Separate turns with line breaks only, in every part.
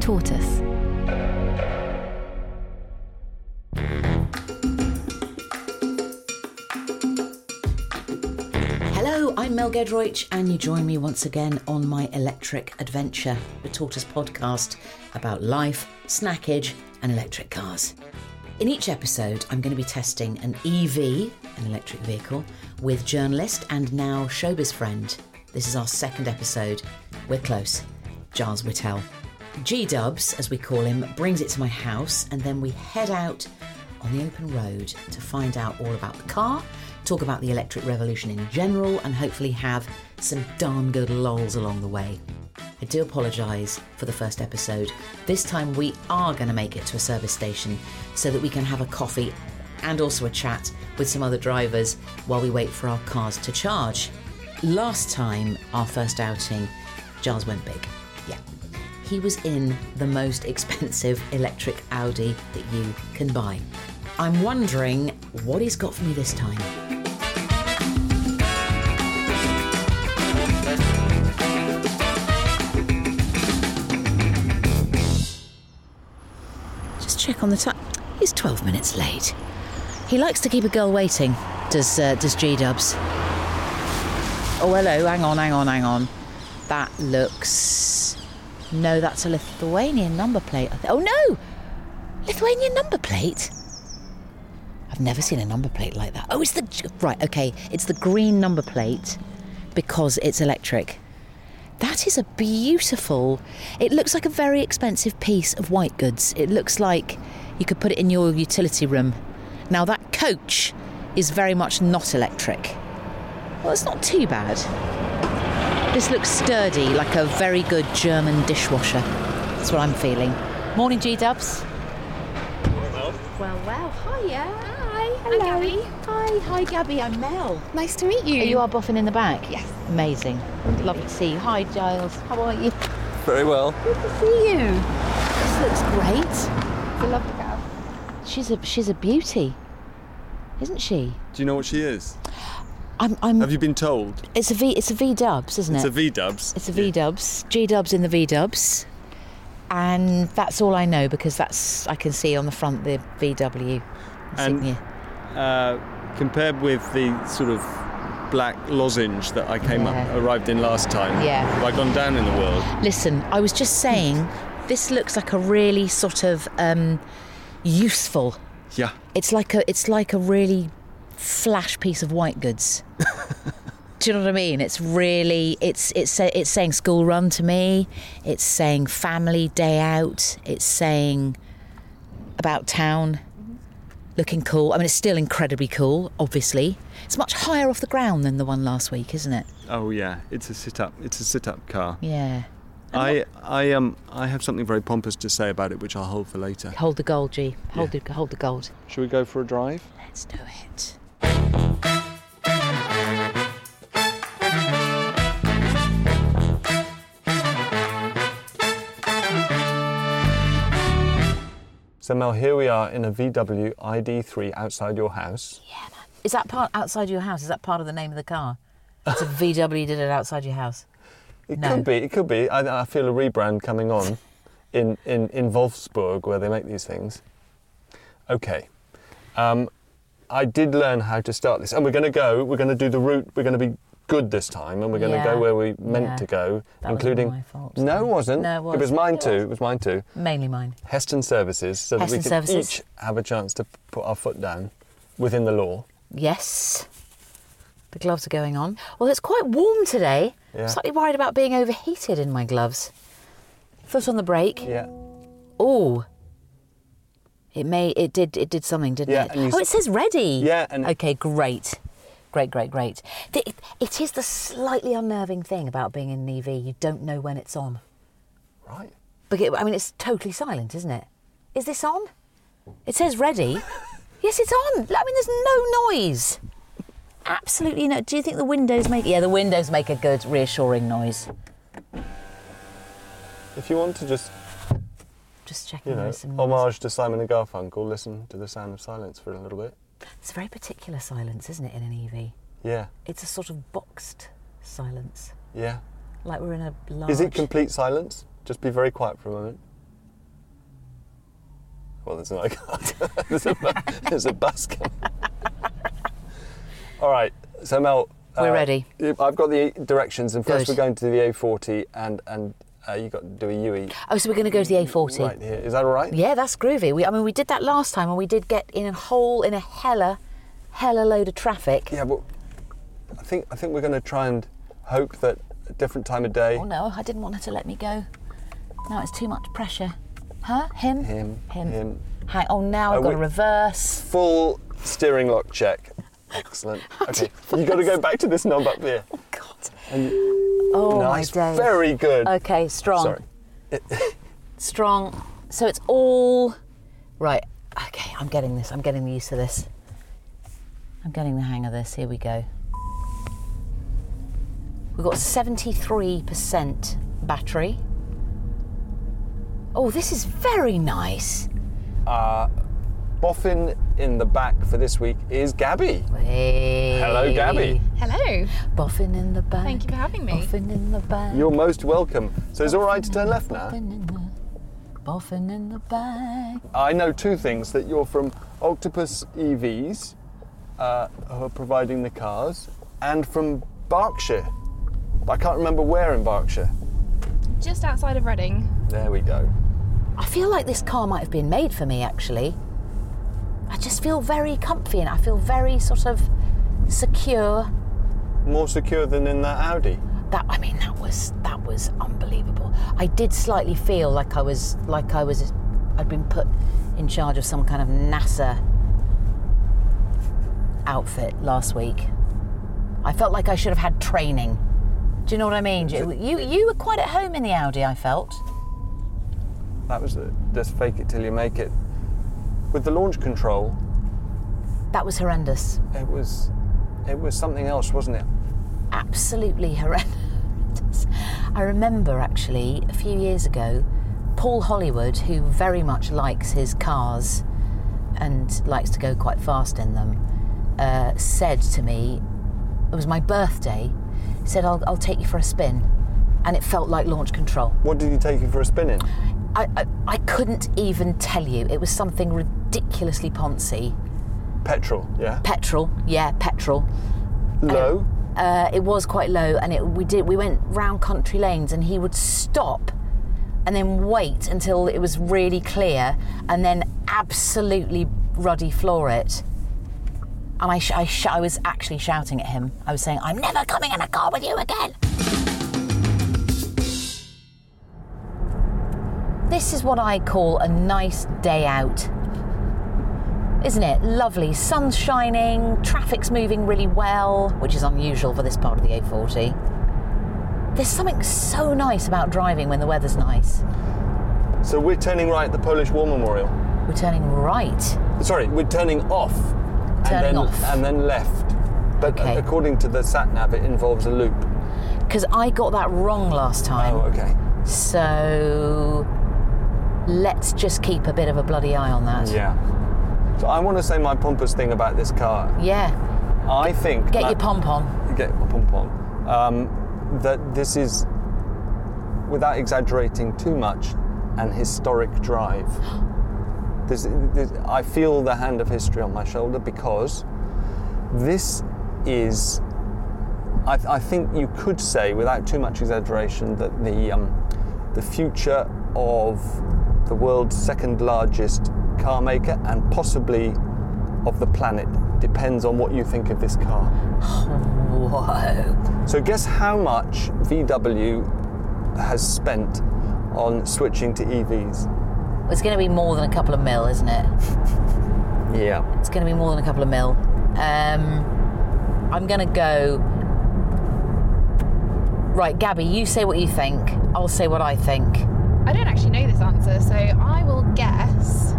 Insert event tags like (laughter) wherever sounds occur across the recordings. Tortoise.
Hello, I'm Mel Gedroich, and you join me once again on my electric adventure, the Tortoise podcast about life, snackage, and electric cars. In each episode, I'm going to be testing an EV, an electric vehicle, with journalist and now showbiz friend. This is our second episode. We're close. Giles Whittell. G Dubs, as we call him, brings it to my house, and then we head out on the open road to find out all about the car, talk about the electric revolution in general, and hopefully have some darn good lols along the way. I do apologise for the first episode. This time we are going to make it to a service station so that we can have a coffee and also a chat with some other drivers while we wait for our cars to charge. Last time, our first outing, Giles went big. Yeah. He was in the most expensive electric Audi that you can buy. I'm wondering what he's got for me this time. Just check on the time. He's 12 minutes late. He likes to keep a girl waiting, does, uh, does G Dubs. Oh, hello. Hang on, hang on, hang on. That looks. No, that's a Lithuanian number plate. I thi- oh, no! Lithuanian number plate? I've never seen a number plate like that. Oh, it's the. Right, okay. It's the green number plate because it's electric. That is a beautiful. It looks like a very expensive piece of white goods. It looks like you could put it in your utility room. Now, that coach is very much not electric. Well, it's not too bad. This looks sturdy, like a very good German dishwasher. That's what I'm feeling. Morning, G Dubs.
Well, well. Hiya. Hi. Hello. I'm Gabby.
Hi, hi, Gabby. I'm Mel.
Nice to meet you.
You are boffin in the back? Yes. Amazing. Lovely to see you. Hi, Giles. How are you?
Very well.
See you.
This looks great.
I love the girl.
She's a she's a beauty, isn't she?
Do you know what she is?
I'm. I'm.
Have you been told?
It's a V. It's a V Dubs, isn't
It's
it?
a V Dubs.
It's a V Dubs. G Dubs in the V Dubs. And that's all I know because that's I can see on the front the VW
And-
insignia.
Uh, compared with the sort of black lozenge that I came
Yeah.
up, arrived in last time.
Yeah.
Have I gone down in the world?
Listen, I was just saying, this looks like a really sort of um, useful.
Yeah.
It's like a it's like a really flash piece of white goods. Do you know what I mean? It's really it's it's sa- it's saying school run to me. It's saying family day out. It's saying about town. Looking cool. I mean, it's still incredibly cool. Obviously, it's much higher off the ground than the one last week, isn't it?
Oh yeah. It's a sit up. It's a sit up car.
Yeah.
I I um I have something very pompous to say about it, which I'll hold for later.
Hold the gold, G. Hold
Yeah.
the hold the gold.
Shall we go for a drive?
Let's do it.
So Mel, here we are in a VW ID3 outside your house.
Is that part outside your house? Is that part of the name of the car? It's a VW did it outside your house.
It
No.
could be. It could be. I, I feel a rebrand
(laughs)
coming on in, in, in Wolfsburg where they make these things. Okay. Um, I did learn how to start this. And we're going to go, we're going to do the route, we're going to be good this time and we're going to
Yeah.
go where we meant
Yeah.
to go,
That was all
including.
my fault,
no, it
sorry.
wasn't.
No, it was.
was mine
It
too.
was.
It was mine too.
Mainly mine.
Heston Services, so that we
Heston
can
Services.
each have a chance to put our foot down within the law.
Yes. The gloves are going on. Well, it's quite warm today.
Yeah.
I'm slightly worried about being overheated in my gloves. Foot on the brake.
Yeah.
Oh. It may. It did. It did something, didn't
Yeah,
it?
and you s-
Oh, it says ready.
Yeah, and-
okay, great. Great, great, great. Th- it- it is the slightly unnerving thing about being in an EV. You don't know when it's on.
Right.
But I mean, it's totally silent, isn't it? Is this on? It says ready. yes, it's on. I mean, there's no noise. Absolutely no. Do you think the windows make? Yeah, the windows make a good reassuring noise.
If you want to just,
Just checking
you know, oh,
there's some noise.
homage to Simon and Garfunkel, listen to the sound of silence for a little bit.
It's a very particular silence, isn't it, in an EV?
Yeah,
It's a sort of boxed silence,
yeah.
like we're in a large.
Is it complete silence? Just be very quiet for a moment. Well, there's not. (laughs) there's,
(laughs)
a, bu- there's a bus coming. All right, so Mel. uh,
We're ready.
I've got the directions, and first
Good.
we're going to the A40, and and uh, you got to do a UE
Oh, so we're going to go to the A40.
Mm, right here. Is that all right?
Yeah, that's groovy. We, I mean, we did that last time, and we did get in a hole in a hella, hella load of traffic.
Yeah, but I think I think we're going to try and hope that a different time of day.
Oh no, I didn't want her to let me go. Now it's too much pressure. Huh? Him?
Him,
Him.
him.
Hi. Oh, now I've
Oh,
got
we-
to reverse.
Full steering lock check.
(laughs)
Excellent. Okay, you got to go back to this knob up there.
God.
And
Oh
nice,
my days.
very good.
Okay, strong.
Sorry.
Strong. So it's all right. Okay, I'm getting this. I'm getting the use of this. I'm getting the hang of this. Here we go. We've got 73% battery. Oh, this is very nice.
Boffin in the back for this week is Gabby. Hello,
Hello,
Gabby.
Hello.
Boffin in the back.
Thank you for having me.
Boffin in the back.
You're most welcome. So it's all right to turn left now.
Boffin in the, boffin in the back.
I know two things that you're from Octopus EVs, uh, who are providing the cars, and from Berkshire. I can't remember where in Berkshire.
Just outside of Reading.
There we go.
I feel like this car might have been made for me, actually. I just feel very comfy and I feel very sort of secure.
More secure than in that Audi.
That I mean, that was that was unbelievable. I did slightly feel like I was like I was I'd been put in charge of some kind of NASA outfit last week. I felt like I should have had training. Do you know what I mean? You you, you were quite at home in the Audi. I felt.
That was the just fake it till you make it. With the launch control,
That was horrendous.
it was it was something else, wasn't it?
absolutely (laughs) horrendous. I remember actually a few years ago, Paul Hollywood, who very much likes his cars and likes to go quite fast in them, uh, said to me, it was my birthday, he said, I'll, I'll take you for a spin. And it felt like launch control.
What did he take you for a spin in?
I, I, I couldn't even tell you. It was something ridiculously poncy.
Petrol, yeah.
Petrol, yeah, petrol.
Low.
uh, it was quite low, and it, we did we went round country lanes, and he would stop and then wait until it was really clear, and then absolutely ruddy floor it. And I, sh- I, sh- I was actually shouting at him. I was saying, "I'm never coming in a car with you again." This is what I call a nice day out isn't it? Lovely. Sun's shining, traffic's moving really well, which is unusual for this part of the A40. There's something so nice about driving when the weather's nice.
So we're turning right at the Polish War Memorial.
We're turning right.
Sorry, we're turning off. and
Turning
then,
off.
And then left. But
Okay.
according to the sat nav, it involves a loop.
Because I got that wrong last time.
Oh, okay.
So let's just keep a bit of a bloody eye on that.
Yeah. So I want to say my pompous thing about this car.
Yeah.
I think.
Get
that-
your pom pom.
Get my pom pom. Um, that this is, without exaggerating too much, an historic drive. (gasps) This, this, I feel the hand of history on my shoulder because this is. I, I think you could say, without too much exaggeration, that the um, the future of the world's second largest car maker and possibly of the planet depends on what you think of this car.
Whoa.
So, guess how much VW has spent on switching to E EVs?
It's going to be more than a couple of mil, isn't it?
Yeah.
It's going to be more than a couple of mil. Um, I'm going to go. Right, Gabby, you say what you think. I'll say what I think.
I don't actually know this answer, so I will guess.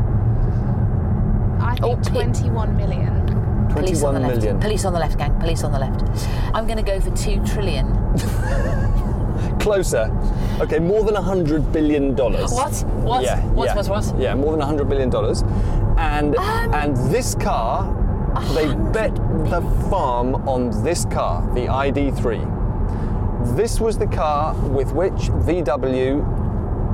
I
Oh,
think
pi-
21 million.
Police on the
21
left.
million.
Police on the left, gang. Police on the left. I'm going to go for two trillion.
Closer. Okay, more than $100 billion.
What? What?
Yeah,
what?
yeah,
What? What? Um,
Yeah, more than 100 billion dollars. And and this car, they bet the farm on this car, the ID3. This was the car with which VW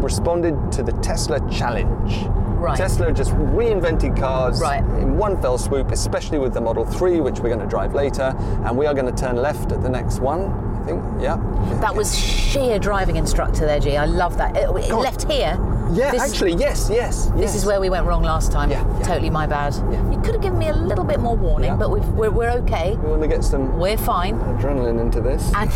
responded to the Tesla challenge.
Right.
Tesla just reinvented cars
Right.
in one fell swoop, especially with the Model 3, which we're going to drive later, and we are going to turn left at the next one, I think. Yeah.
That was sheer driving instructor there, G. I love that. It, it left here.
Yeah,
This-
actually, yes, yes, yes.
This is where we went wrong last time.
Yeah, yeah.
Totally my bad.
Yeah.
You could have given me a little bit more warning,
Yeah.
but we've, we're, we're okay.
we want to get some
We're fine.
adrenaline into this.
And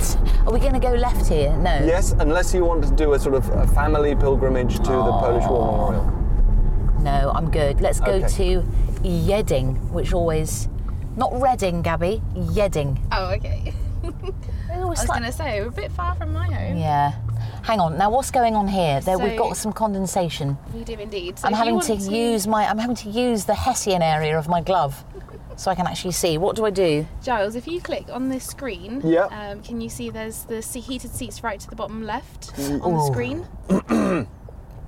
(laughs) are we going to go left here? No.
Yes, unless you want to do a sort of a family pilgrimage to the Polish War
Ah.
Memorial.
No, I'm good. Let's go
Okay.
to Yedding, which always. Not Reading, Gabby. Yedding.
Oh, okay.
I
I was going to say, we're a bit far from my home.
Yeah. Hang on. Now, what's going on here? There,
So-
we've got some condensation.
We do indeed. So
I'm
if you
having
want
to, use my. I'm having to use the Hessian area of my glove, so I can actually see. What do I do?
Giles, if you click on this screen,
Yep.
um, can you see there's the se- heated seats right to the bottom left on the
(clears throat)
screen? Up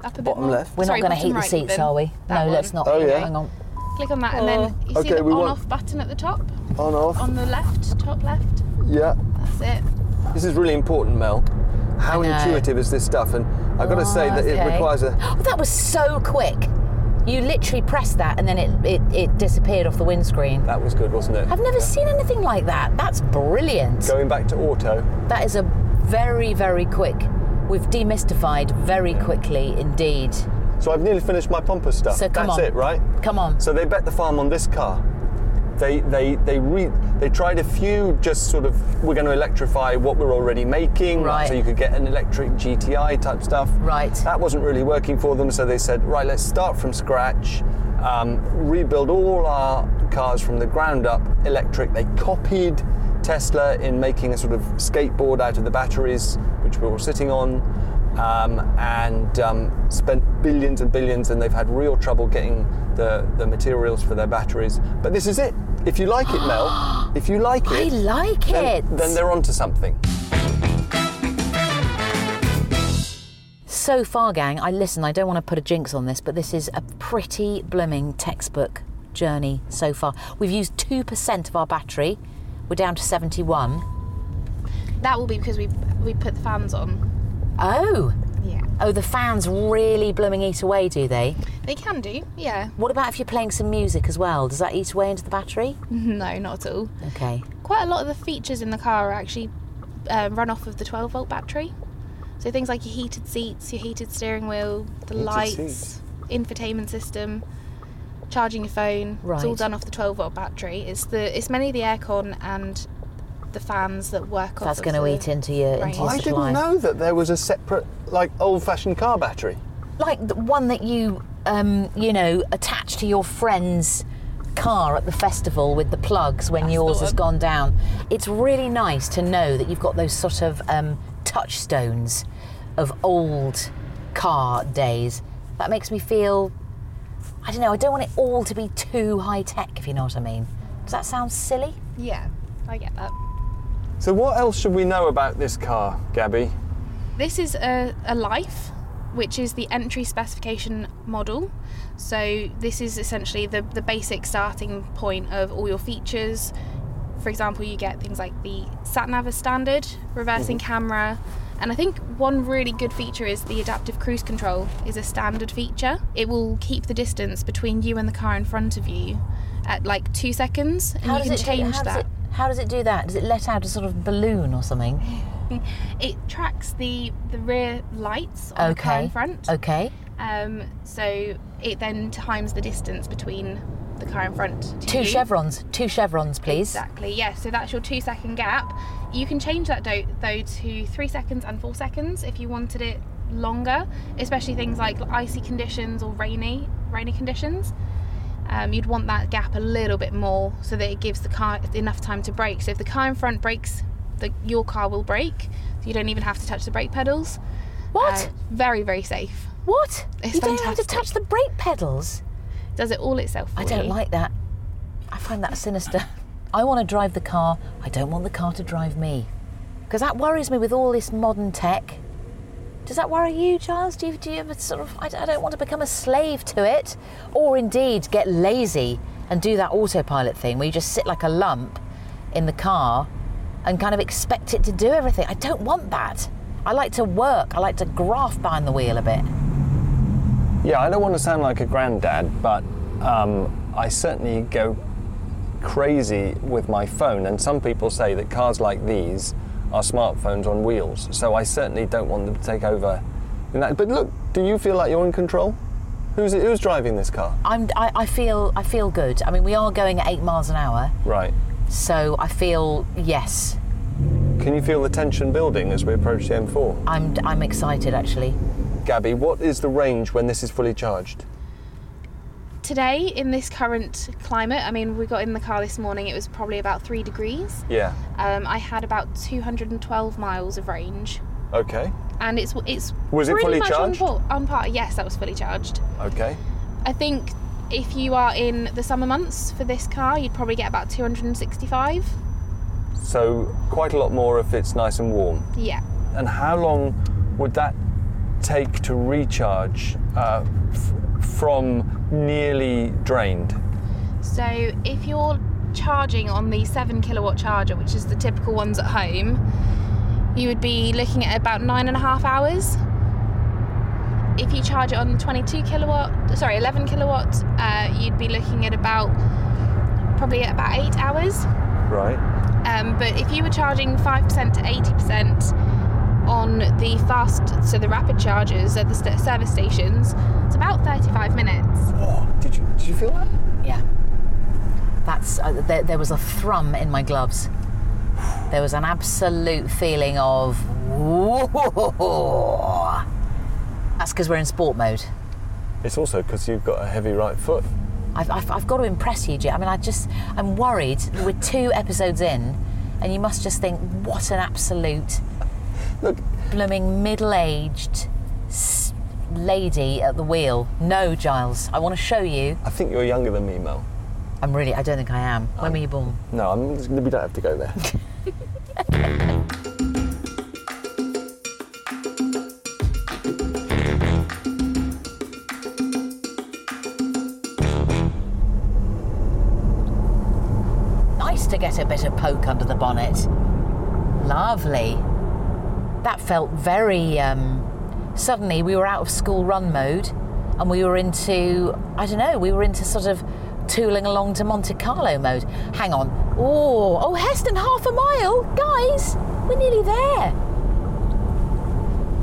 a bit
Bottom
more.
left?
We're
Sorry,
not going to
bottom
heat the
right
seats,
even.
are we?
That
no,
one.
let's not.
Oh, yeah.
Hang on.
Click on that, and then you see
Okay,
the
we want-
on-off button at the top,
On off.
on the left, top left.
yeah.
That's it.
This is really important, Mel. How
I know.
intuitive is this stuff? And I've got to say that it
Okay.
requires a.
Oh, that was so quick. You literally pressed that, and then it it, it disappeared off the windscreen.
That was good, wasn't it?
I've never seen anything like that. That's brilliant.
Going back to auto.
That is a very, very quick. We've demystified very quickly indeed.
So I've nearly finished my pompous stuff.
So come
That's
on.
it, right?
Come on.
So they bet the farm on this car. They they they re, they tried a few just sort of we're going to electrify what we're already making.
Right.
So you could get an electric GTI type stuff.
Right.
That wasn't really working for them, so they said right, let's start from scratch, um, rebuild all our cars from the ground up electric. They copied Tesla in making a sort of skateboard out of the batteries which we were sitting on. Um, and um, spent billions and billions, and they've had real trouble getting the, the materials for their batteries. But this is it. If you like it,
(gasps)
Mel, if you like it,
I like
then,
it.
then they're onto something.
So far, gang, I listen, I don't want to put a jinx on this, but this is a pretty blooming textbook journey so far. We've used 2% of our battery. We're down to 71.
That will be because we we put the fans on.
Oh,
Yeah.
oh, the fans really blooming eat away, do they?
They can do. Yeah. (laughs)
What about if you're playing some music as well? Does that eat away into the battery?
No, not at all.
Mm.
Okay.
Quite a lot of the features in the car are actually um, run off of the 12 volt battery. So things like your heated seats, your heated steering wheel, the lights,
seats.
infotainment system, charging your phone. It's all
Right.
done off the 12 volt battery. It's the it's mainly the aircon and the fans that work off.
That's
of
going to
the-
eat into your, into your
Right.
I
supply.
didn't know that there was a separate, like, old-fashioned car battery.
like the one that you um, you know attach to your friend's car at the festival with the plugs when yours has
one.
gone down it's really nice to know that you've got those sort of um, touchstones of old car days that makes me feel i don't know i don't want it all to be too high tech if you know what i mean does that sound silly
Yeah, I get that.
So what else should we know about this car, Gabby?
This is a, a life, which is the entry specification model. So this is essentially the, the basic starting point of all your features. For example, you get things like the sat nav as standard, reversing
Mm-hmm.
camera, and I think one really good feature is the adaptive cruise control is a standard feature. It will keep the distance between you and the car in front of you at like two seconds, and you can
it do-
change
how does
that.
it- how does it do that does it let out a sort of balloon or something
It tracks the the rear lights on the car in
okay
front.
okay
Um, so it then times the distance between the car in front. To
two
you.
chevrons two chevrons please
Exactly. Yeah. So that's your two second gap. You can change that do- though to three seconds and four seconds if you wanted it longer, especially things like icy conditions or rainy rainy conditions. um, you'd want that gap a little bit more so that it gives the car enough time to brake. So if the car in front brakes, the, your car will brake. So you don't even have to touch the brake pedals.
What?
Uh, very, very safe.
What?
It's
you don't have to
fantastic.
touch the brake pedals.
Does it all itself. for
I don't
you.
like that. I find that sinister. I want to drive the car. I don't want the car to drive me. Because that worries me with all this modern tech. Does that worry you, Giles? Do you, do you ever sort of. I, I don't want to become a slave to it. Or indeed get lazy and do that autopilot thing where you just sit like a lump in the car and kind of expect it to do everything. I don't want that. I like to work. I like to graft behind the wheel a bit.
Yeah, I don't want to sound like a granddad, but um, I certainly go crazy with my phone. And some people say that cars like these are smartphones on wheels. So I certainly don't want them to take over. In that. But look, do you feel like you're in control? Who's, who's driving this car?
I'm, I, I feel I feel good. I mean, we are going at eight miles an hour,
Right.
so I feel yes.
Can you feel the tension building as we approach the M4?
I'm I'm excited actually.
Gabby, what is the range when this is fully charged?
Today, in this current climate, I mean, we got in the car this morning, it was probably about three degrees.
Yeah.
Um, I had about 212 miles of range,
Okay.
and it's it's
Was it
pretty
fully
much
charged?
On, par- on par. Yes, that was fully charged.
Okay.
I think if you are in the summer months for this car, you'd probably get about 265.
So quite a lot more if it's nice and warm.
Yeah,
and how long would that take to recharge uh, f- from nearly drained?
So if you're charging on the 7 kilowatt charger, which is the typical ones at home, you would be looking at about nine and a half hours. If you charge it on the 22 kilowatt, sorry, 11 kilowatt, uh, you'd be looking at about probably at about eight hours.
Right.
Um, but if you were charging 5% to 80% on the fast, so the rapid chargers at the st- service stations, it's about 35 minutes.
Oh, did you did you feel that?
Yeah. That's uh, there, there was a thrum in my gloves. There was an absolute feeling of whoa. That's because we're in sport mode.
It's also because you've got a heavy right foot.
I've, I've, I've got to impress you, Jim. I mean, I just, I'm worried. We're two episodes in, and you must just think, what an absolute
Look.
blooming middle aged s- lady at the wheel. No, Giles, I want to show you.
I think you're younger than me, Mel.
I'm really, I don't think I am. When were you born?
No, I'm, we don't have to go there.
Nice to get a bit of poke under the bonnet. Lovely. That felt very. Um, suddenly, we were out of school run mode, and we were into I don't know. We were into sort of tooling along to Monte Carlo mode. Hang on. Oh, oh, Heston, half a mile, guys. We're nearly there.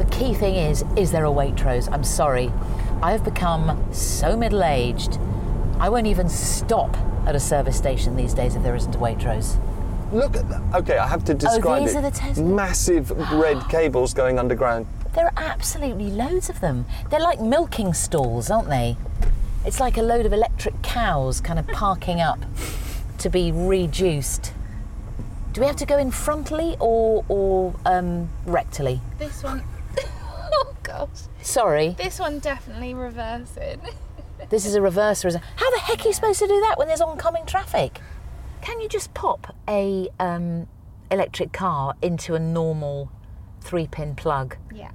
The key thing is, is there a Waitrose? I'm sorry. I have become so middle aged. I won't even stop at a service station these days if there isn't a Waitrose.
(laughs) Look at that. Okay, I have to describe
Oh, these
it.
are the Oh. Tesla-
Massive red cables going underground.
There are absolutely loads of them. They're like milking stalls, aren't they? It's like a load of electric cows kind of parking up to be reduced. Do we have to go in frontally or, or um, rectally?
This one, (laughs) oh gosh.
Sorry,
This one definitely reversing.
this is a reverse. res- How the heck are you supposed to do that when there's oncoming traffic? Can you just pop a um, electric car into a normal three-pin plug?
Yeah.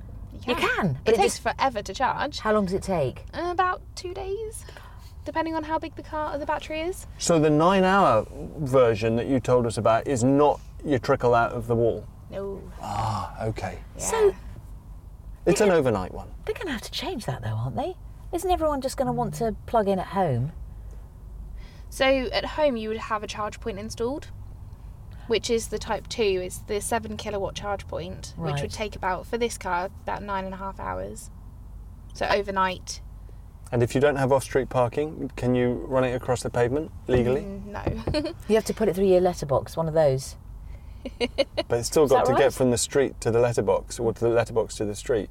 You can, but
It,
it
takes
just-
forever to charge.
How long does it take?
Uh, about two days, depending on how big the car the battery is.
So the nine-hour version that you told us about is not your trickle out of the wall.
No.
Okay.
So
It's an overnight one.
They're going to have to change that, though, aren't they? Isn't everyone just going to want to plug in at home?
So at home you would have a charge point installed, which is the Type Two. It's the seven kilowatt charge point, which
Right.
would take about for this car about nine and a half hours. So overnight,
And if you don't have off-street parking, can you run it across the pavement legally?
Mm.
(laughs) no.
You have to put it through your letterbox, one of those.
But it's still
that
got to
right? Mm.
get from the street to the letterbox, or to the letterbox to the street.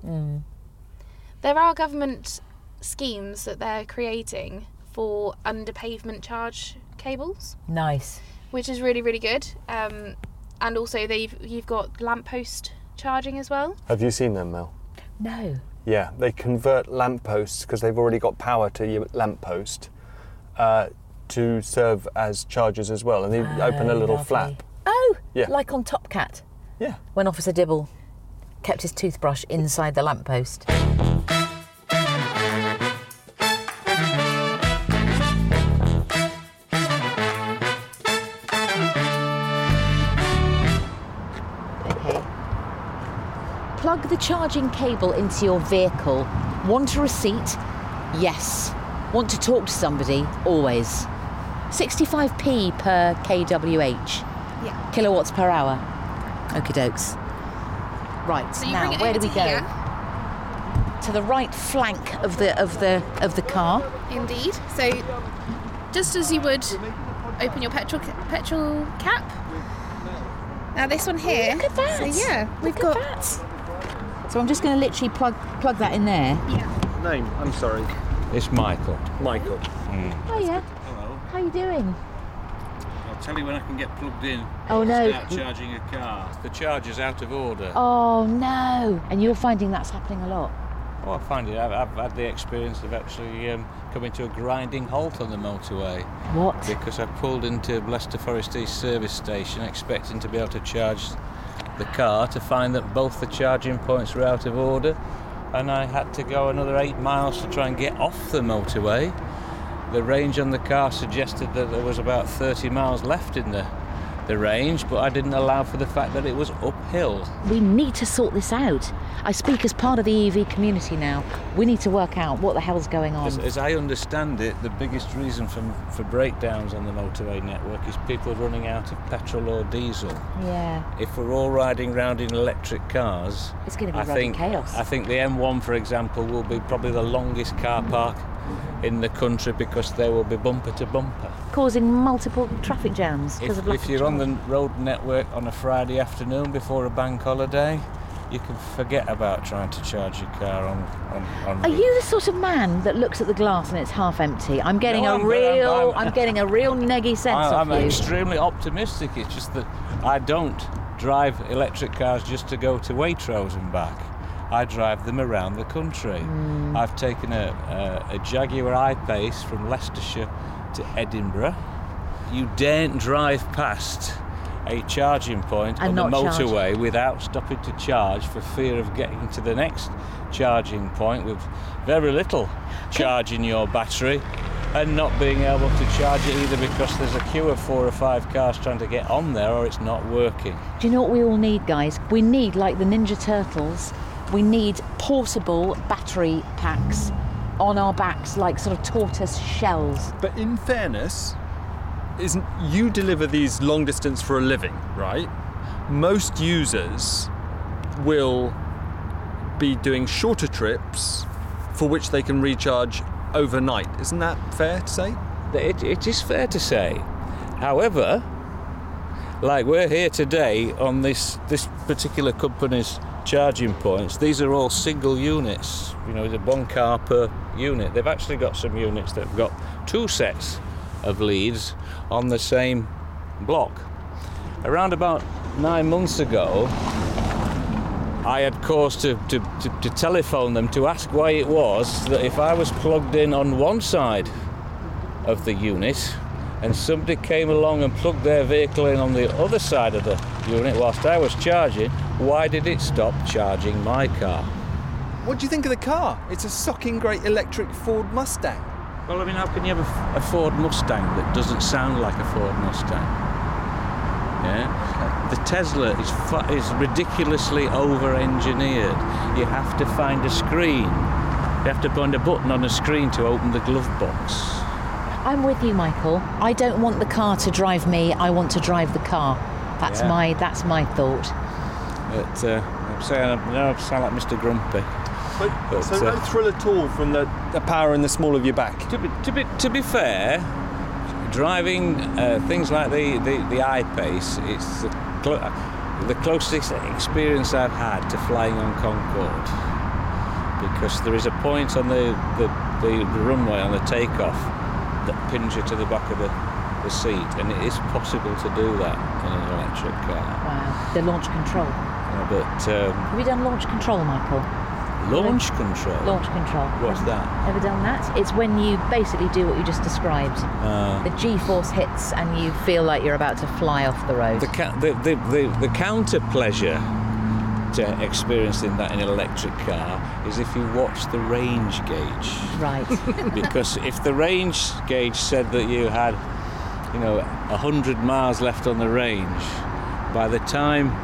there are government schemes that they're creating for under pavement charge cables,
Nice.
which is really really good. Um, and also they've you've got lamppost charging as well.
Have you seen them, Mel?
No.
Yeah, they convert lampposts because they've already got power to your lamppost uh, to serve as chargers as well, and they open a
Oh,
little
lovely.
flap.
Oh,
Yeah.
like on Top Cat
Yeah.
when Officer Dibble kept his toothbrush inside the lamppost. Okay. Plug the charging cable into your vehicle. Want a receipt? Yes. Want to talk to somebody? Always. 65p per kWh.
Yeah.
Kilowatts per hour. Okie dokes. Right
So you
now,
bring it
where
over
do we
to
go?
here.
To the right flank of the of the of the car.
Indeed. So, just as you would open your petrol ca- petrol cap. Now this one here.
Look at that.
So yeah, we've
Look
got.
at that. So I'm just going to literally plug plug that in there.
Name? I'm sorry,
It's Michael.
Michael.
Oh yeah.
Hello.
How you doing?
I'll tell you when I can get plugged in.
Oh, no.
Start charging a car. The charger's out of order.
Oh no. And you're finding that's happening a lot.
Oh, I find it. I've, I've had the experience of actually um, coming to a grinding halt on the motorway
What?
because I pulled into Leicester Forest East service station expecting to be able to charge the car to find that both the charging points were out of order and I had to go another eight miles to try and get off the motorway. The range on the car suggested that there was about 30 miles left in the, the range, but I didn't allow for the fact that it was uphill.
We need to sort this out. I speak as part of the EV community now. We need to work out what the hell's going on.
As, as I understand it, the biggest reason for, for breakdowns on the motorway network is people running out of petrol or diesel.
Yeah.
If we're all riding round in electric cars,
It's gonna be
I
rubber
think,
chaos.
I think the M1, for example, will be probably the longest car park in the country because there will be bumper to bumper.
Causing multiple traffic jams because
If,
of lack
if
of
you're on the
charge.
road network on a Friday afternoon before a bank holiday, you can forget about trying to charge your car on. on, on
Are
route.
you the sort of man that looks at the glass and it's half empty? I'm getting
No,
a
I'm- I'm-
real, I'm,
I'm-
getting a real
(laughs)
neggy sense
I, I'm
of you.
extremely optimistic. It's just that I don't drive electric cars just to go to Waitrose and back. I drive them around the country.
Hmm.
I've taken a, a, a Jaguar I-Pace from Leicestershire to Edinburgh. You daren't drive past a charging point
And
on the
not charge.
motorway without stopping to charge for fear of getting to the next charging point with very little charging your battery and not being able to charge it either because there's a queue of four or five cars trying to get on there or it's not working.
Do you know what we all need, guys? We need, like the Ninja Turtles, we need portable battery packs on our backs, like sort of tortoise shells.
But in fairness, isn't you deliver these long distance for a living, right? Most users will be doing shorter trips for which they can recharge overnight. Isn't that fair to say?
It, it is fair to say. However, like we're here today on this this particular company's charging points. These are all single units. You know, the one car per unit. They've actually got some units that've got two sets of leads on the same block. Around about nine months ago, I had cause to, to, to, to telephone them to ask why it was that if I was plugged in on one side of the unit and somebody came along and plugged their vehicle in on the other side of the unit whilst I was charging, why did it stop charging my car?
What do you think of the car? It's a socking great electric Ford Mustang.
Well, I mean, how can you have a, a Ford Mustang that doesn't sound like a Ford Mustang? Yeah. The Tesla is fu- is ridiculously over-engineered. You have to find a screen. You have to find a button on a screen to open the glove box.
I'm with you, Michael. I don't want the car to drive me. I want to drive the car. That's
Yeah.
my that's my thought.
But uh, I'm saying, now I sound like Mr. Grumpy.
But,
But,
so no
uh,
thrill at all from the, the power in the small of your back.
To be, to be, to be fair, driving uh, things like the, the, the I-Pace, it's the, clo- the closest experience I've had to flying on Concorde. Because there is a point on the, the, the runway on the takeoff that pins you to the back of the, the seat, and it is possible to do that in an electric car.
Wow. The launch control.
Uh, But um,
Have you done launch control, Michael?
launch control.
Launch control.
What's that?
Ever done that? It's when you basically do what you just described.
Uh.
the G-force hits and you feel like you're about to fly off the road.
The, ca- the, the, the, the counter pleasure to experiencing that in an electric car is if you watch the range
(laughs)
gauge.
right.
because if the range gauge said that you had, you know, 100 miles left on the range, by the time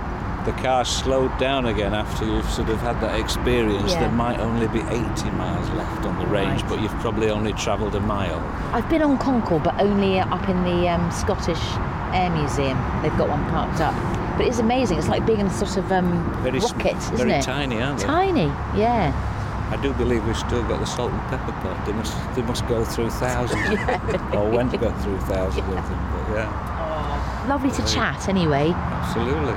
the car slowed down again after you've sort of had that experience,
Yeah.
there might only be 80 miles left on the range,
Right.
but you've probably only travelled a mile.
I've been on Concord, but only up in the um, Scottish Air Museum. They've got one parked up. But it's amazing. It's like being in a sort of um,
Very sm-
rocket, isn't
very
it?
tiny, aren't they?
Tiny, yeah.
I do believe we've still got the salt and pepper pot. They must, they must go through thousands, or went go through thousands of them. But yeah,
Lovely to chat, anyway.
absolutely.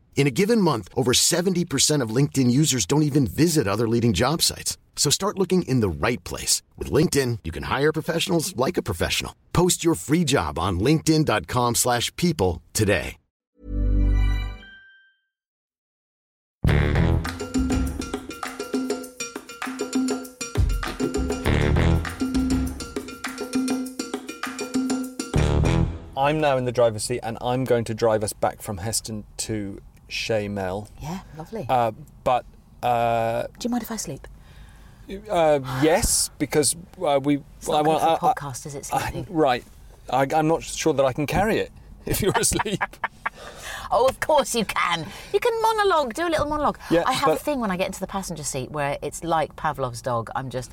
In a given month, over 70% of LinkedIn users don't even visit other leading job sites. So start looking in the right place. With LinkedIn, you can hire professionals like a professional. Post your free job on linkedin.com/people slash people today.
I'm now in the driver's seat and I'm going to drive us back from Heston to Shea Mel.
Yeah, lovely.
Uh, but uh,
Do you mind if I sleep?
uh, yes, because uh, we.
It's not
I
good
want-
for a
I- I-
podcast, is it?
I,
Sleeping.
right. I, I'm not sure that I can carry it (laughs) if you're
(laughs)
asleep.
Oh, of course you can. You can monologue, do a little monologue.
Yeah,
I have a
but-
thing when I get into the passenger seat where it's like Pavlov's dog. I'm just.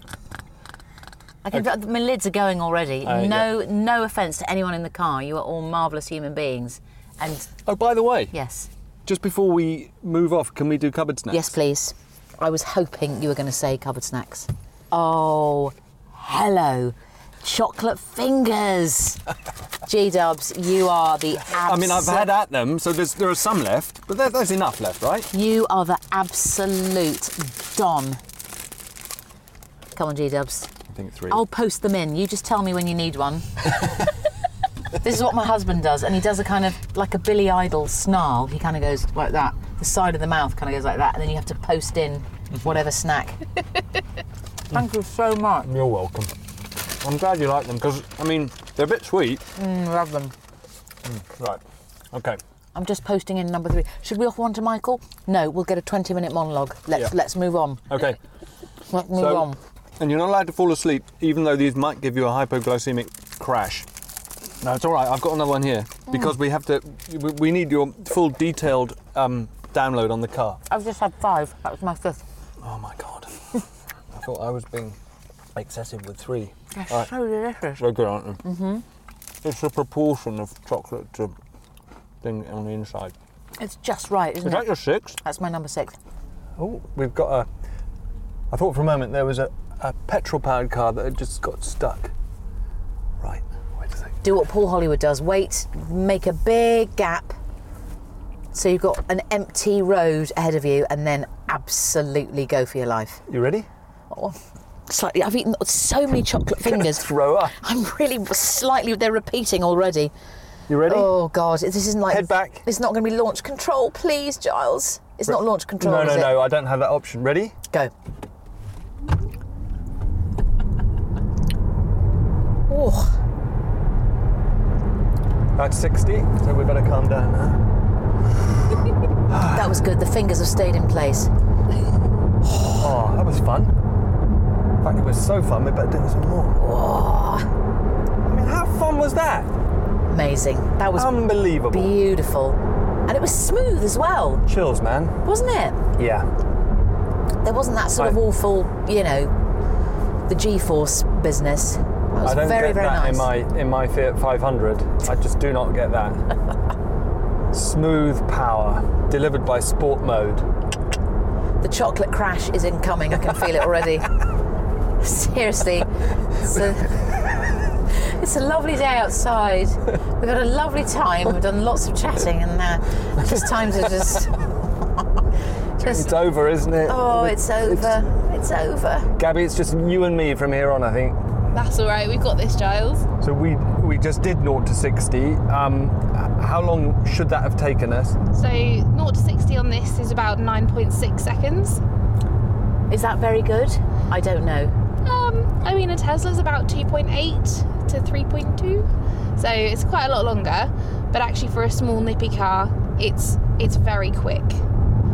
I can, My lids are going already.
Uh,
no, no offence to anyone in the car. You are all marvellous human beings. And
oh, by the way,
yes,
just before we move off, can we do cupboard snacks?
yes, please. I was hoping you were going to say cupboard snacks. Oh, hello, chocolate (laughs) fingers. G Dubs, you are the.
I mean, I've
absolute-
had at them, so there's, there are some left, but there, there's enough left, right?
You are the absolute don. Come on, G Dubs.
I think three.
I'll post them in. You just tell me when you need one. this is what my husband does, and he does a kind of like a Billy Idol snarl. He kind of goes like that. The side of the mouth kind of goes like that, and then you have to post in whatever snack. Thank you so much.
You're welcome. I'm glad you like them because, I mean, they're a bit sweet.
Love them.
Right. Okay.
I'm just posting in number three. Should we offer one to Michael? No, we'll get a 20-minute monologue. Let's
Yeah.
let's move on.
Okay.
Let's move
So-
on.
And you're not allowed to fall asleep, even though these might give you a hypoglycemic crash. No, it's all right. I've got another one here because we have to. we- We need your full detailed um, download on the car.
I've just had five. That was my fifth.
Oh my (laughs) god! I thought I was being excessive with three.
They're
All right.
so delicious.
So good, aren't they? Mm-hmm. It's the proportion of chocolate to thing on the inside.
It's just right, isn't
Is
it?
that your six?
That's my number six.
Oh, we've got a. I thought for a moment there was a, a petrol powered car that had just got stuck. Right, wait a second.
do what Paul Hollywood does wait, make a big gap. So you've got an empty road ahead of you, and then absolutely go for your life.
You ready?
Oh, slightly, I've eaten so many
(laughs)
chocolate fingers.
Throw up.
I'm really slightly, they're repeating already.
You ready?
Oh, God, this isn't like.
Head back.
It's not going to be launch control, please, Giles. It's not launch control.
no,
is
no,
it?
no, I don't have that option. Ready?
Go. Oh,
That's 60, so we better calm down now.
That was good. The fingers have stayed in place.
Oh, that was fun. In fact, it was so fun, we better do this some more. I mean, how fun was that?
Amazing. That was
Um, Unbelievable.
beautiful. And it was smooth as well,
Chills, man.
wasn't it?
Yeah.
There wasn't that sort of
I-
awful, you know, the G force business. That was
I don't
very,
get
very
that
nice.
in my in my Fiat 500. I just do not get
(laughs)
that. Smooth power delivered by sport mode.
The chocolate crash is incoming. I can feel it already. (laughs) Seriously. It's a, it's a lovely day outside. We've had a lovely time. We've done lots of chatting and uh, it's just time to
(laughs)
just.
It's
just
over, isn't it?
oh, it's over. It's over.
Gabby, it's just you and me from here on, I think.
That's all right. We've got this, Giles.
So we we just did 0 to 60. Um, h- how long should that have taken us?
So 0 to 60 on this is about 9.6 seconds.
Is that very good? I don't know.
Um, I mean, a Tesla's about 2.8 to 3.2, so it's quite a lot longer. But actually, for a small nippy car, it's it's very quick.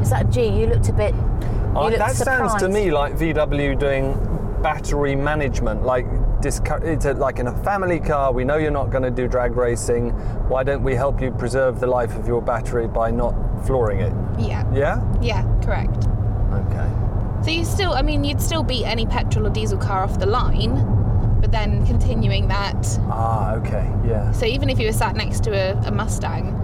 Is that G? You looked a bit. You
Uh,
looked
that sounds to
surprised.
me like VW doing battery management, like discu- it's a, like in a family car. We know you're not going to do drag racing. Why don't we help you preserve the life of your battery by not flooring it?
Yeah,
Yeah.
yeah, correct.
Okay.
So you still, I mean, you'd still beat any petrol or diesel car off the line, but then continuing that.
Ah, okay. Yeah.
So even if you were sat next to a, a Mustang,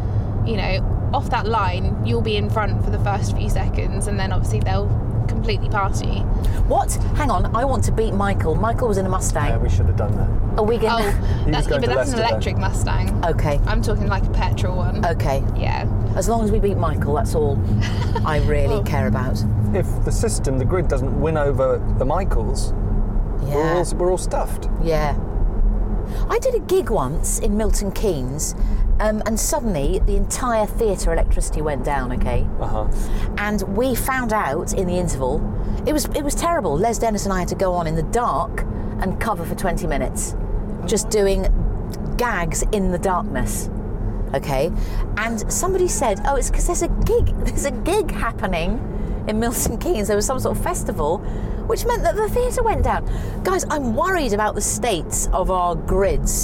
you know, off that line, you'll be in front for the first few seconds, and then obviously they'll completely
(laughs)
pass you.
What? Hang on. I want to beat Michael. Michael was in a
Yeah,
Mustang.
we should have done that.
Are we
Oh,
going?
He was
that's, yeah,
going
but
to
that's an
Leicester then. Uh,
electric Mustang.
Okay.
I'm talking like a petrol one.
Okay.
Yeah.
As long as we beat Michael, that's all I really care about.
If the system, the grid, doesn't win over the Michaels, we're,
Yeah.
all, we're all stuffed.
Yeah. I did a gig once in Milton Keynes, um, and suddenly the entire theatre electricity went down. Okay.
Uh huh.
and we found out in the interval it was it was terrible. Les Dennis and I had to go on in the dark and cover for 20 minutes, just doing gags in the darkness. Okay, and somebody said, "Oh, it's because there's a gig. (laughs) There's a gig happening in Milton Keynes. There was some sort of festival." Which meant that the theatre went down. Guys, I'm worried about the states of our grids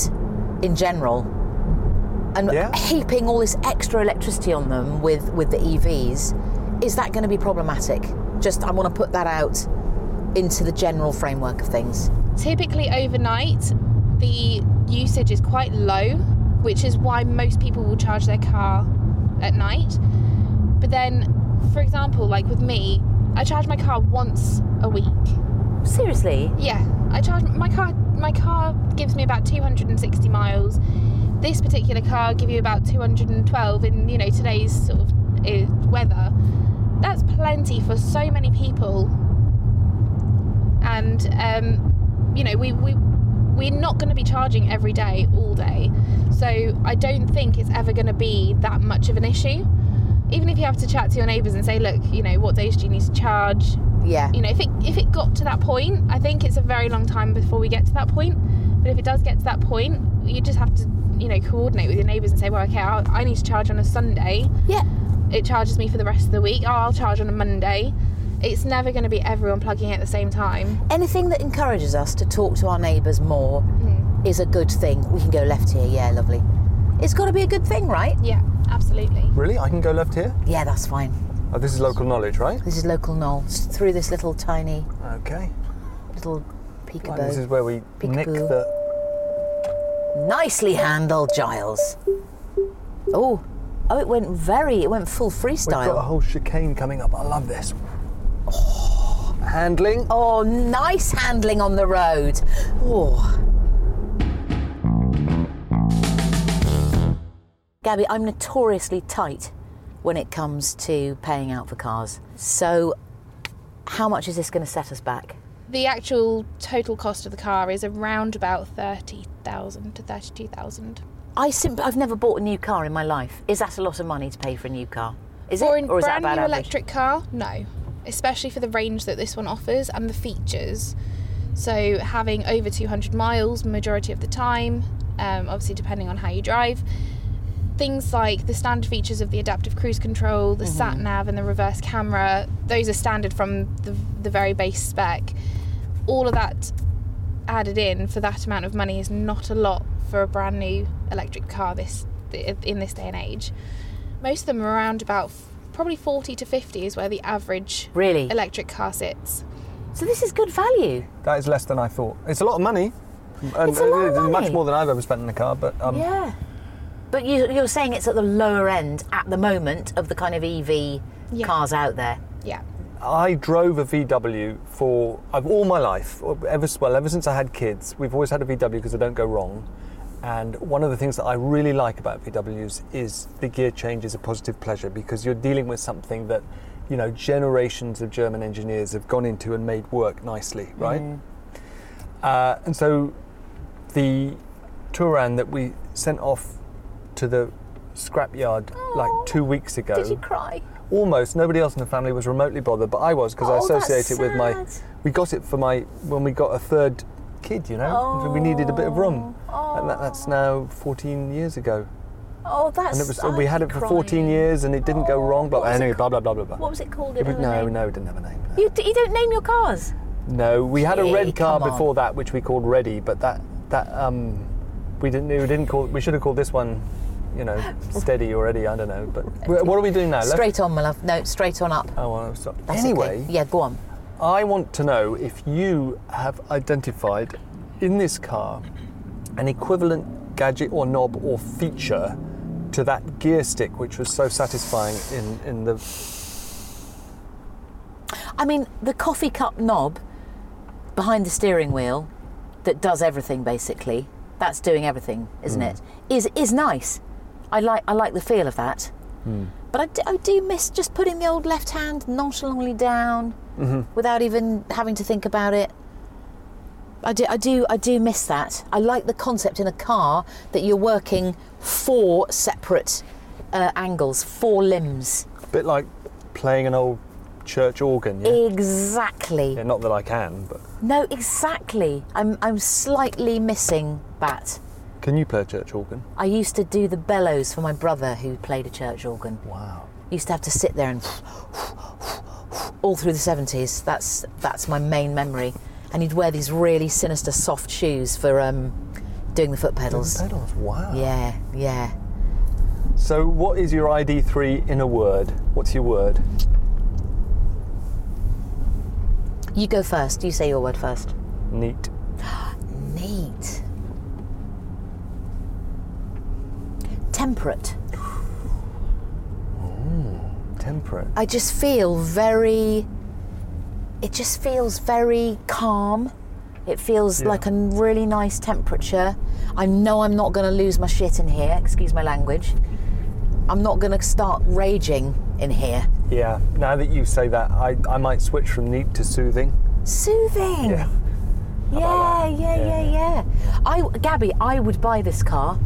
in general and
Yeah.
heaping all this extra electricity on them with, with the EVs, is that going to be problematic? Just, I want to put that out into the general framework of things.
Typically overnight, the usage is quite low, which is why most people will charge their car at night. But then, for example, like with me, I charge my car once a week.
Seriously?
Yeah, I charge my car. My car gives me about 260 miles. This particular car give you about 212 in you know today's sort of uh, weather. That's plenty for so many people. And um, you know we we we're not going to be charging every day all day, so I don't think it's ever going to be that much of an issue. Even if you have to chat to your neighbours and say, look, you know, what days do you need to charge?
Yeah.
you know if it if it got to that point i think it's a very long time before we get to that point but if it does get to that point you just have to you know coordinate with your neighbours and say well okay I'll, i need to charge on a sunday
Yeah.
it charges me for the rest of the week oh, i'll charge on a monday it's never going to be everyone plugging at the same time
Anything that encourages us to talk to our neighbours more is a good thing. We can go left here. Yeah, lovely. It's got to be a good thing, right?
yeah absolutely
Really? I can go left here?
Yeah, that's fine.
Oh, this is local knowledge, right?
This is local Knoll. It's through this little tiny
Okay.
little
Right,
peekaboo.
this is where we nick
Peekaboo.
the.
Nicely handled, Giles. Oh, oh, it went very, it went full
We've got a
freestyle.
whole chicane coming up. I love this. handling.
Oh, nice handling on the road. Oh. Gabby, I'm notoriously tight when it comes to paying out for cars. So, how much is this going to set us back?
the actual total cost of the car is around about 30000 to 32000
I simp- I've never bought a new car in my life. Is that a lot of money to pay for a new car? Is
for
it,
a
or is that
brand
about
new
average?
electric car no especially for the range that this one offers and the features so having over 200 miles majority of the time um, obviously depending on how you drive things like the standard features of the adaptive cruise control, the
Mm-hmm.
sat nav, and the reverse camera, those are standard from the, the very base spec. All of that added in for that amount of money is not a lot for a brand new electric car this in this day and age. Most of them are around about f- probably 40 to 50 is where the average
Really?
electric car sits.
So this is good value.
That is less than I thought. It's a lot of money. And
It's a lot of
it is
money.
Much more than I've ever spent in a car, but um,
Yeah. But you, you're saying it's at the lower end at the moment of the kind of EV
Yeah.
cars out there.
Yeah.
I drove a VW for I've, all my life. Ever well, ever since I had kids, we've always had a VW because they don't go wrong. And one of the things that I really like about VWs is the gear change is a positive pleasure because you're dealing with something that, you know, generations of German engineers have gone into and made work nicely, right?
Mm-hmm.
Uh, and so the Touran that we sent off to the scrapyard like two weeks ago
Did you cry?
almost nobody else in the family was remotely bothered, but I was because I
Oh, that's
associate it with my.
sad.
We got it for my when we got a third kid, you know.
Oh.
We needed a bit of room, and that, that's now 14 years ago.
Oh, that's.
And it was
I'd
we had
be
it for 14
crying.
years, and it didn't go wrong. Blah
Oh. what
blah,
was it
anyway, blah
called?
blah blah blah blah.
What was it called?
It
It
was-
had a
no,
name.
no, it didn't have a name. No,
You, d- you don't name your cars.
No, we had a
Gee,
red car
come on.
before that, which we called Ready, but that that um, we didn't we didn't call we should have called this one,
(laughs)
you know, Steady or Ready. I don't know. But what are we doing now? Left-
Straight on, my love. No, straight on up.
Oh, well, stop.
That's okay.
anyway,
Yeah, go on.
I want to know if you have identified in this car an equivalent gadget or knob or feature to that gear stick which was so satisfying in, in the
I mean, the coffee cup knob behind the steering wheel that does everything basically. That's doing everything, isn't it? Is is nice. I like I like the feel of that. But I do, I do miss just putting the old left hand nonchalantly down without even having to think about it. I do, I do, I do miss that. I like the concept in a car that you're working four separate uh, angles, four limbs.
bit like playing an old church organ yeah,
Exactly.
yeah not that I can but
No, exactly. I'm, I'm slightly missing that.
can you play a church organ
I used to do the bellows for my brother who played a church organ.
wow
Used to have to sit there and all through the 70s. That's, that's my main memory. And he'd wear these really sinister soft shoes for um, doing the foot pedals.
pedals wow
Yeah, yeah.
so what is your ID3 in a word what's your word
You go first. You say your word first.
neat
Neat. Temperate.
temperate
I just feel very. It just feels very calm. It feels like a really nice temperature. I know I'm not going to lose my shit in here. Excuse my language. I'm not going to start raging in here.
yeah now that you say that I, I might switch from neat to soothing
Soothing.
yeah
Yeah, yeah, yeah, yeah, I, Gabby, I would buy this car.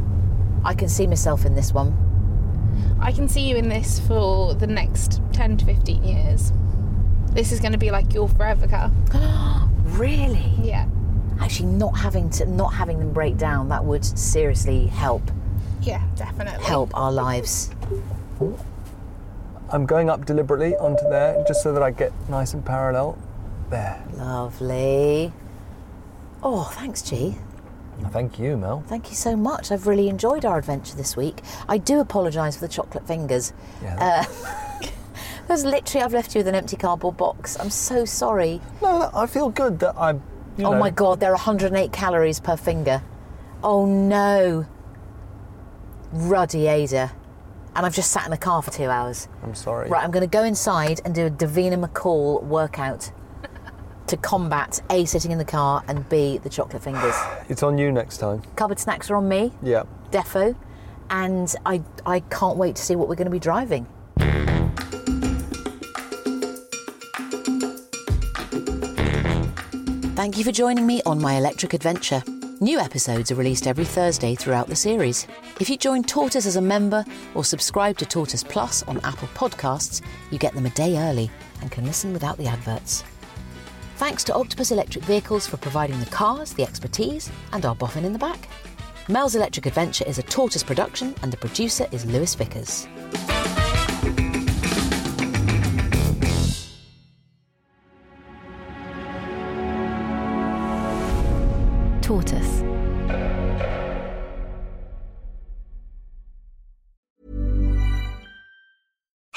I can see myself in this one. (gasps)
I can see you in this for the next 10 to 15 years. This is going to be like your forever car.
Really?
Yeah.
Actually, not having to, not having them break down, that would seriously help,
Yeah, definitely.
help our lives.
I'm going up deliberately onto there just so that I get nice and parallel. There.
Lovely. Oh, thanks, G.
Thank you, Mel.
Thank you so much. I've really enjoyed our adventure this week. I do apologise for the chocolate fingers.
Yeah.
(laughs) Because literally, I've left you with an empty cardboard box. I'm so sorry.
no, no, I feel good that I'm. You
oh
know,
my god, there are 108 calories per finger. Oh no. Ruddy Ada. And I've just sat in the car for two hours.
I'm sorry.
Right, I'm going to go inside and do a Davina McCall workout (laughs) to combat A, sitting in the car, and B, the chocolate fingers.
It's on you next time.
Cupboard snacks are on me.
Yeah.
Defo, and I, I can't wait to see what we're going to be driving. Thank you for joining me on my electric adventure. New episodes are released every Thursday throughout the series. If you join Tortoise as a member or subscribe to Tortoise Plus on Apple Podcasts, you get them a day early and can listen without the adverts. Thanks to Octopus Electric Vehicles for providing the cars, the expertise, and our boffin in the back.
Mel's Electric Adventure is a tortoise production, and the producer is Lewis Vickers.
Tortoise.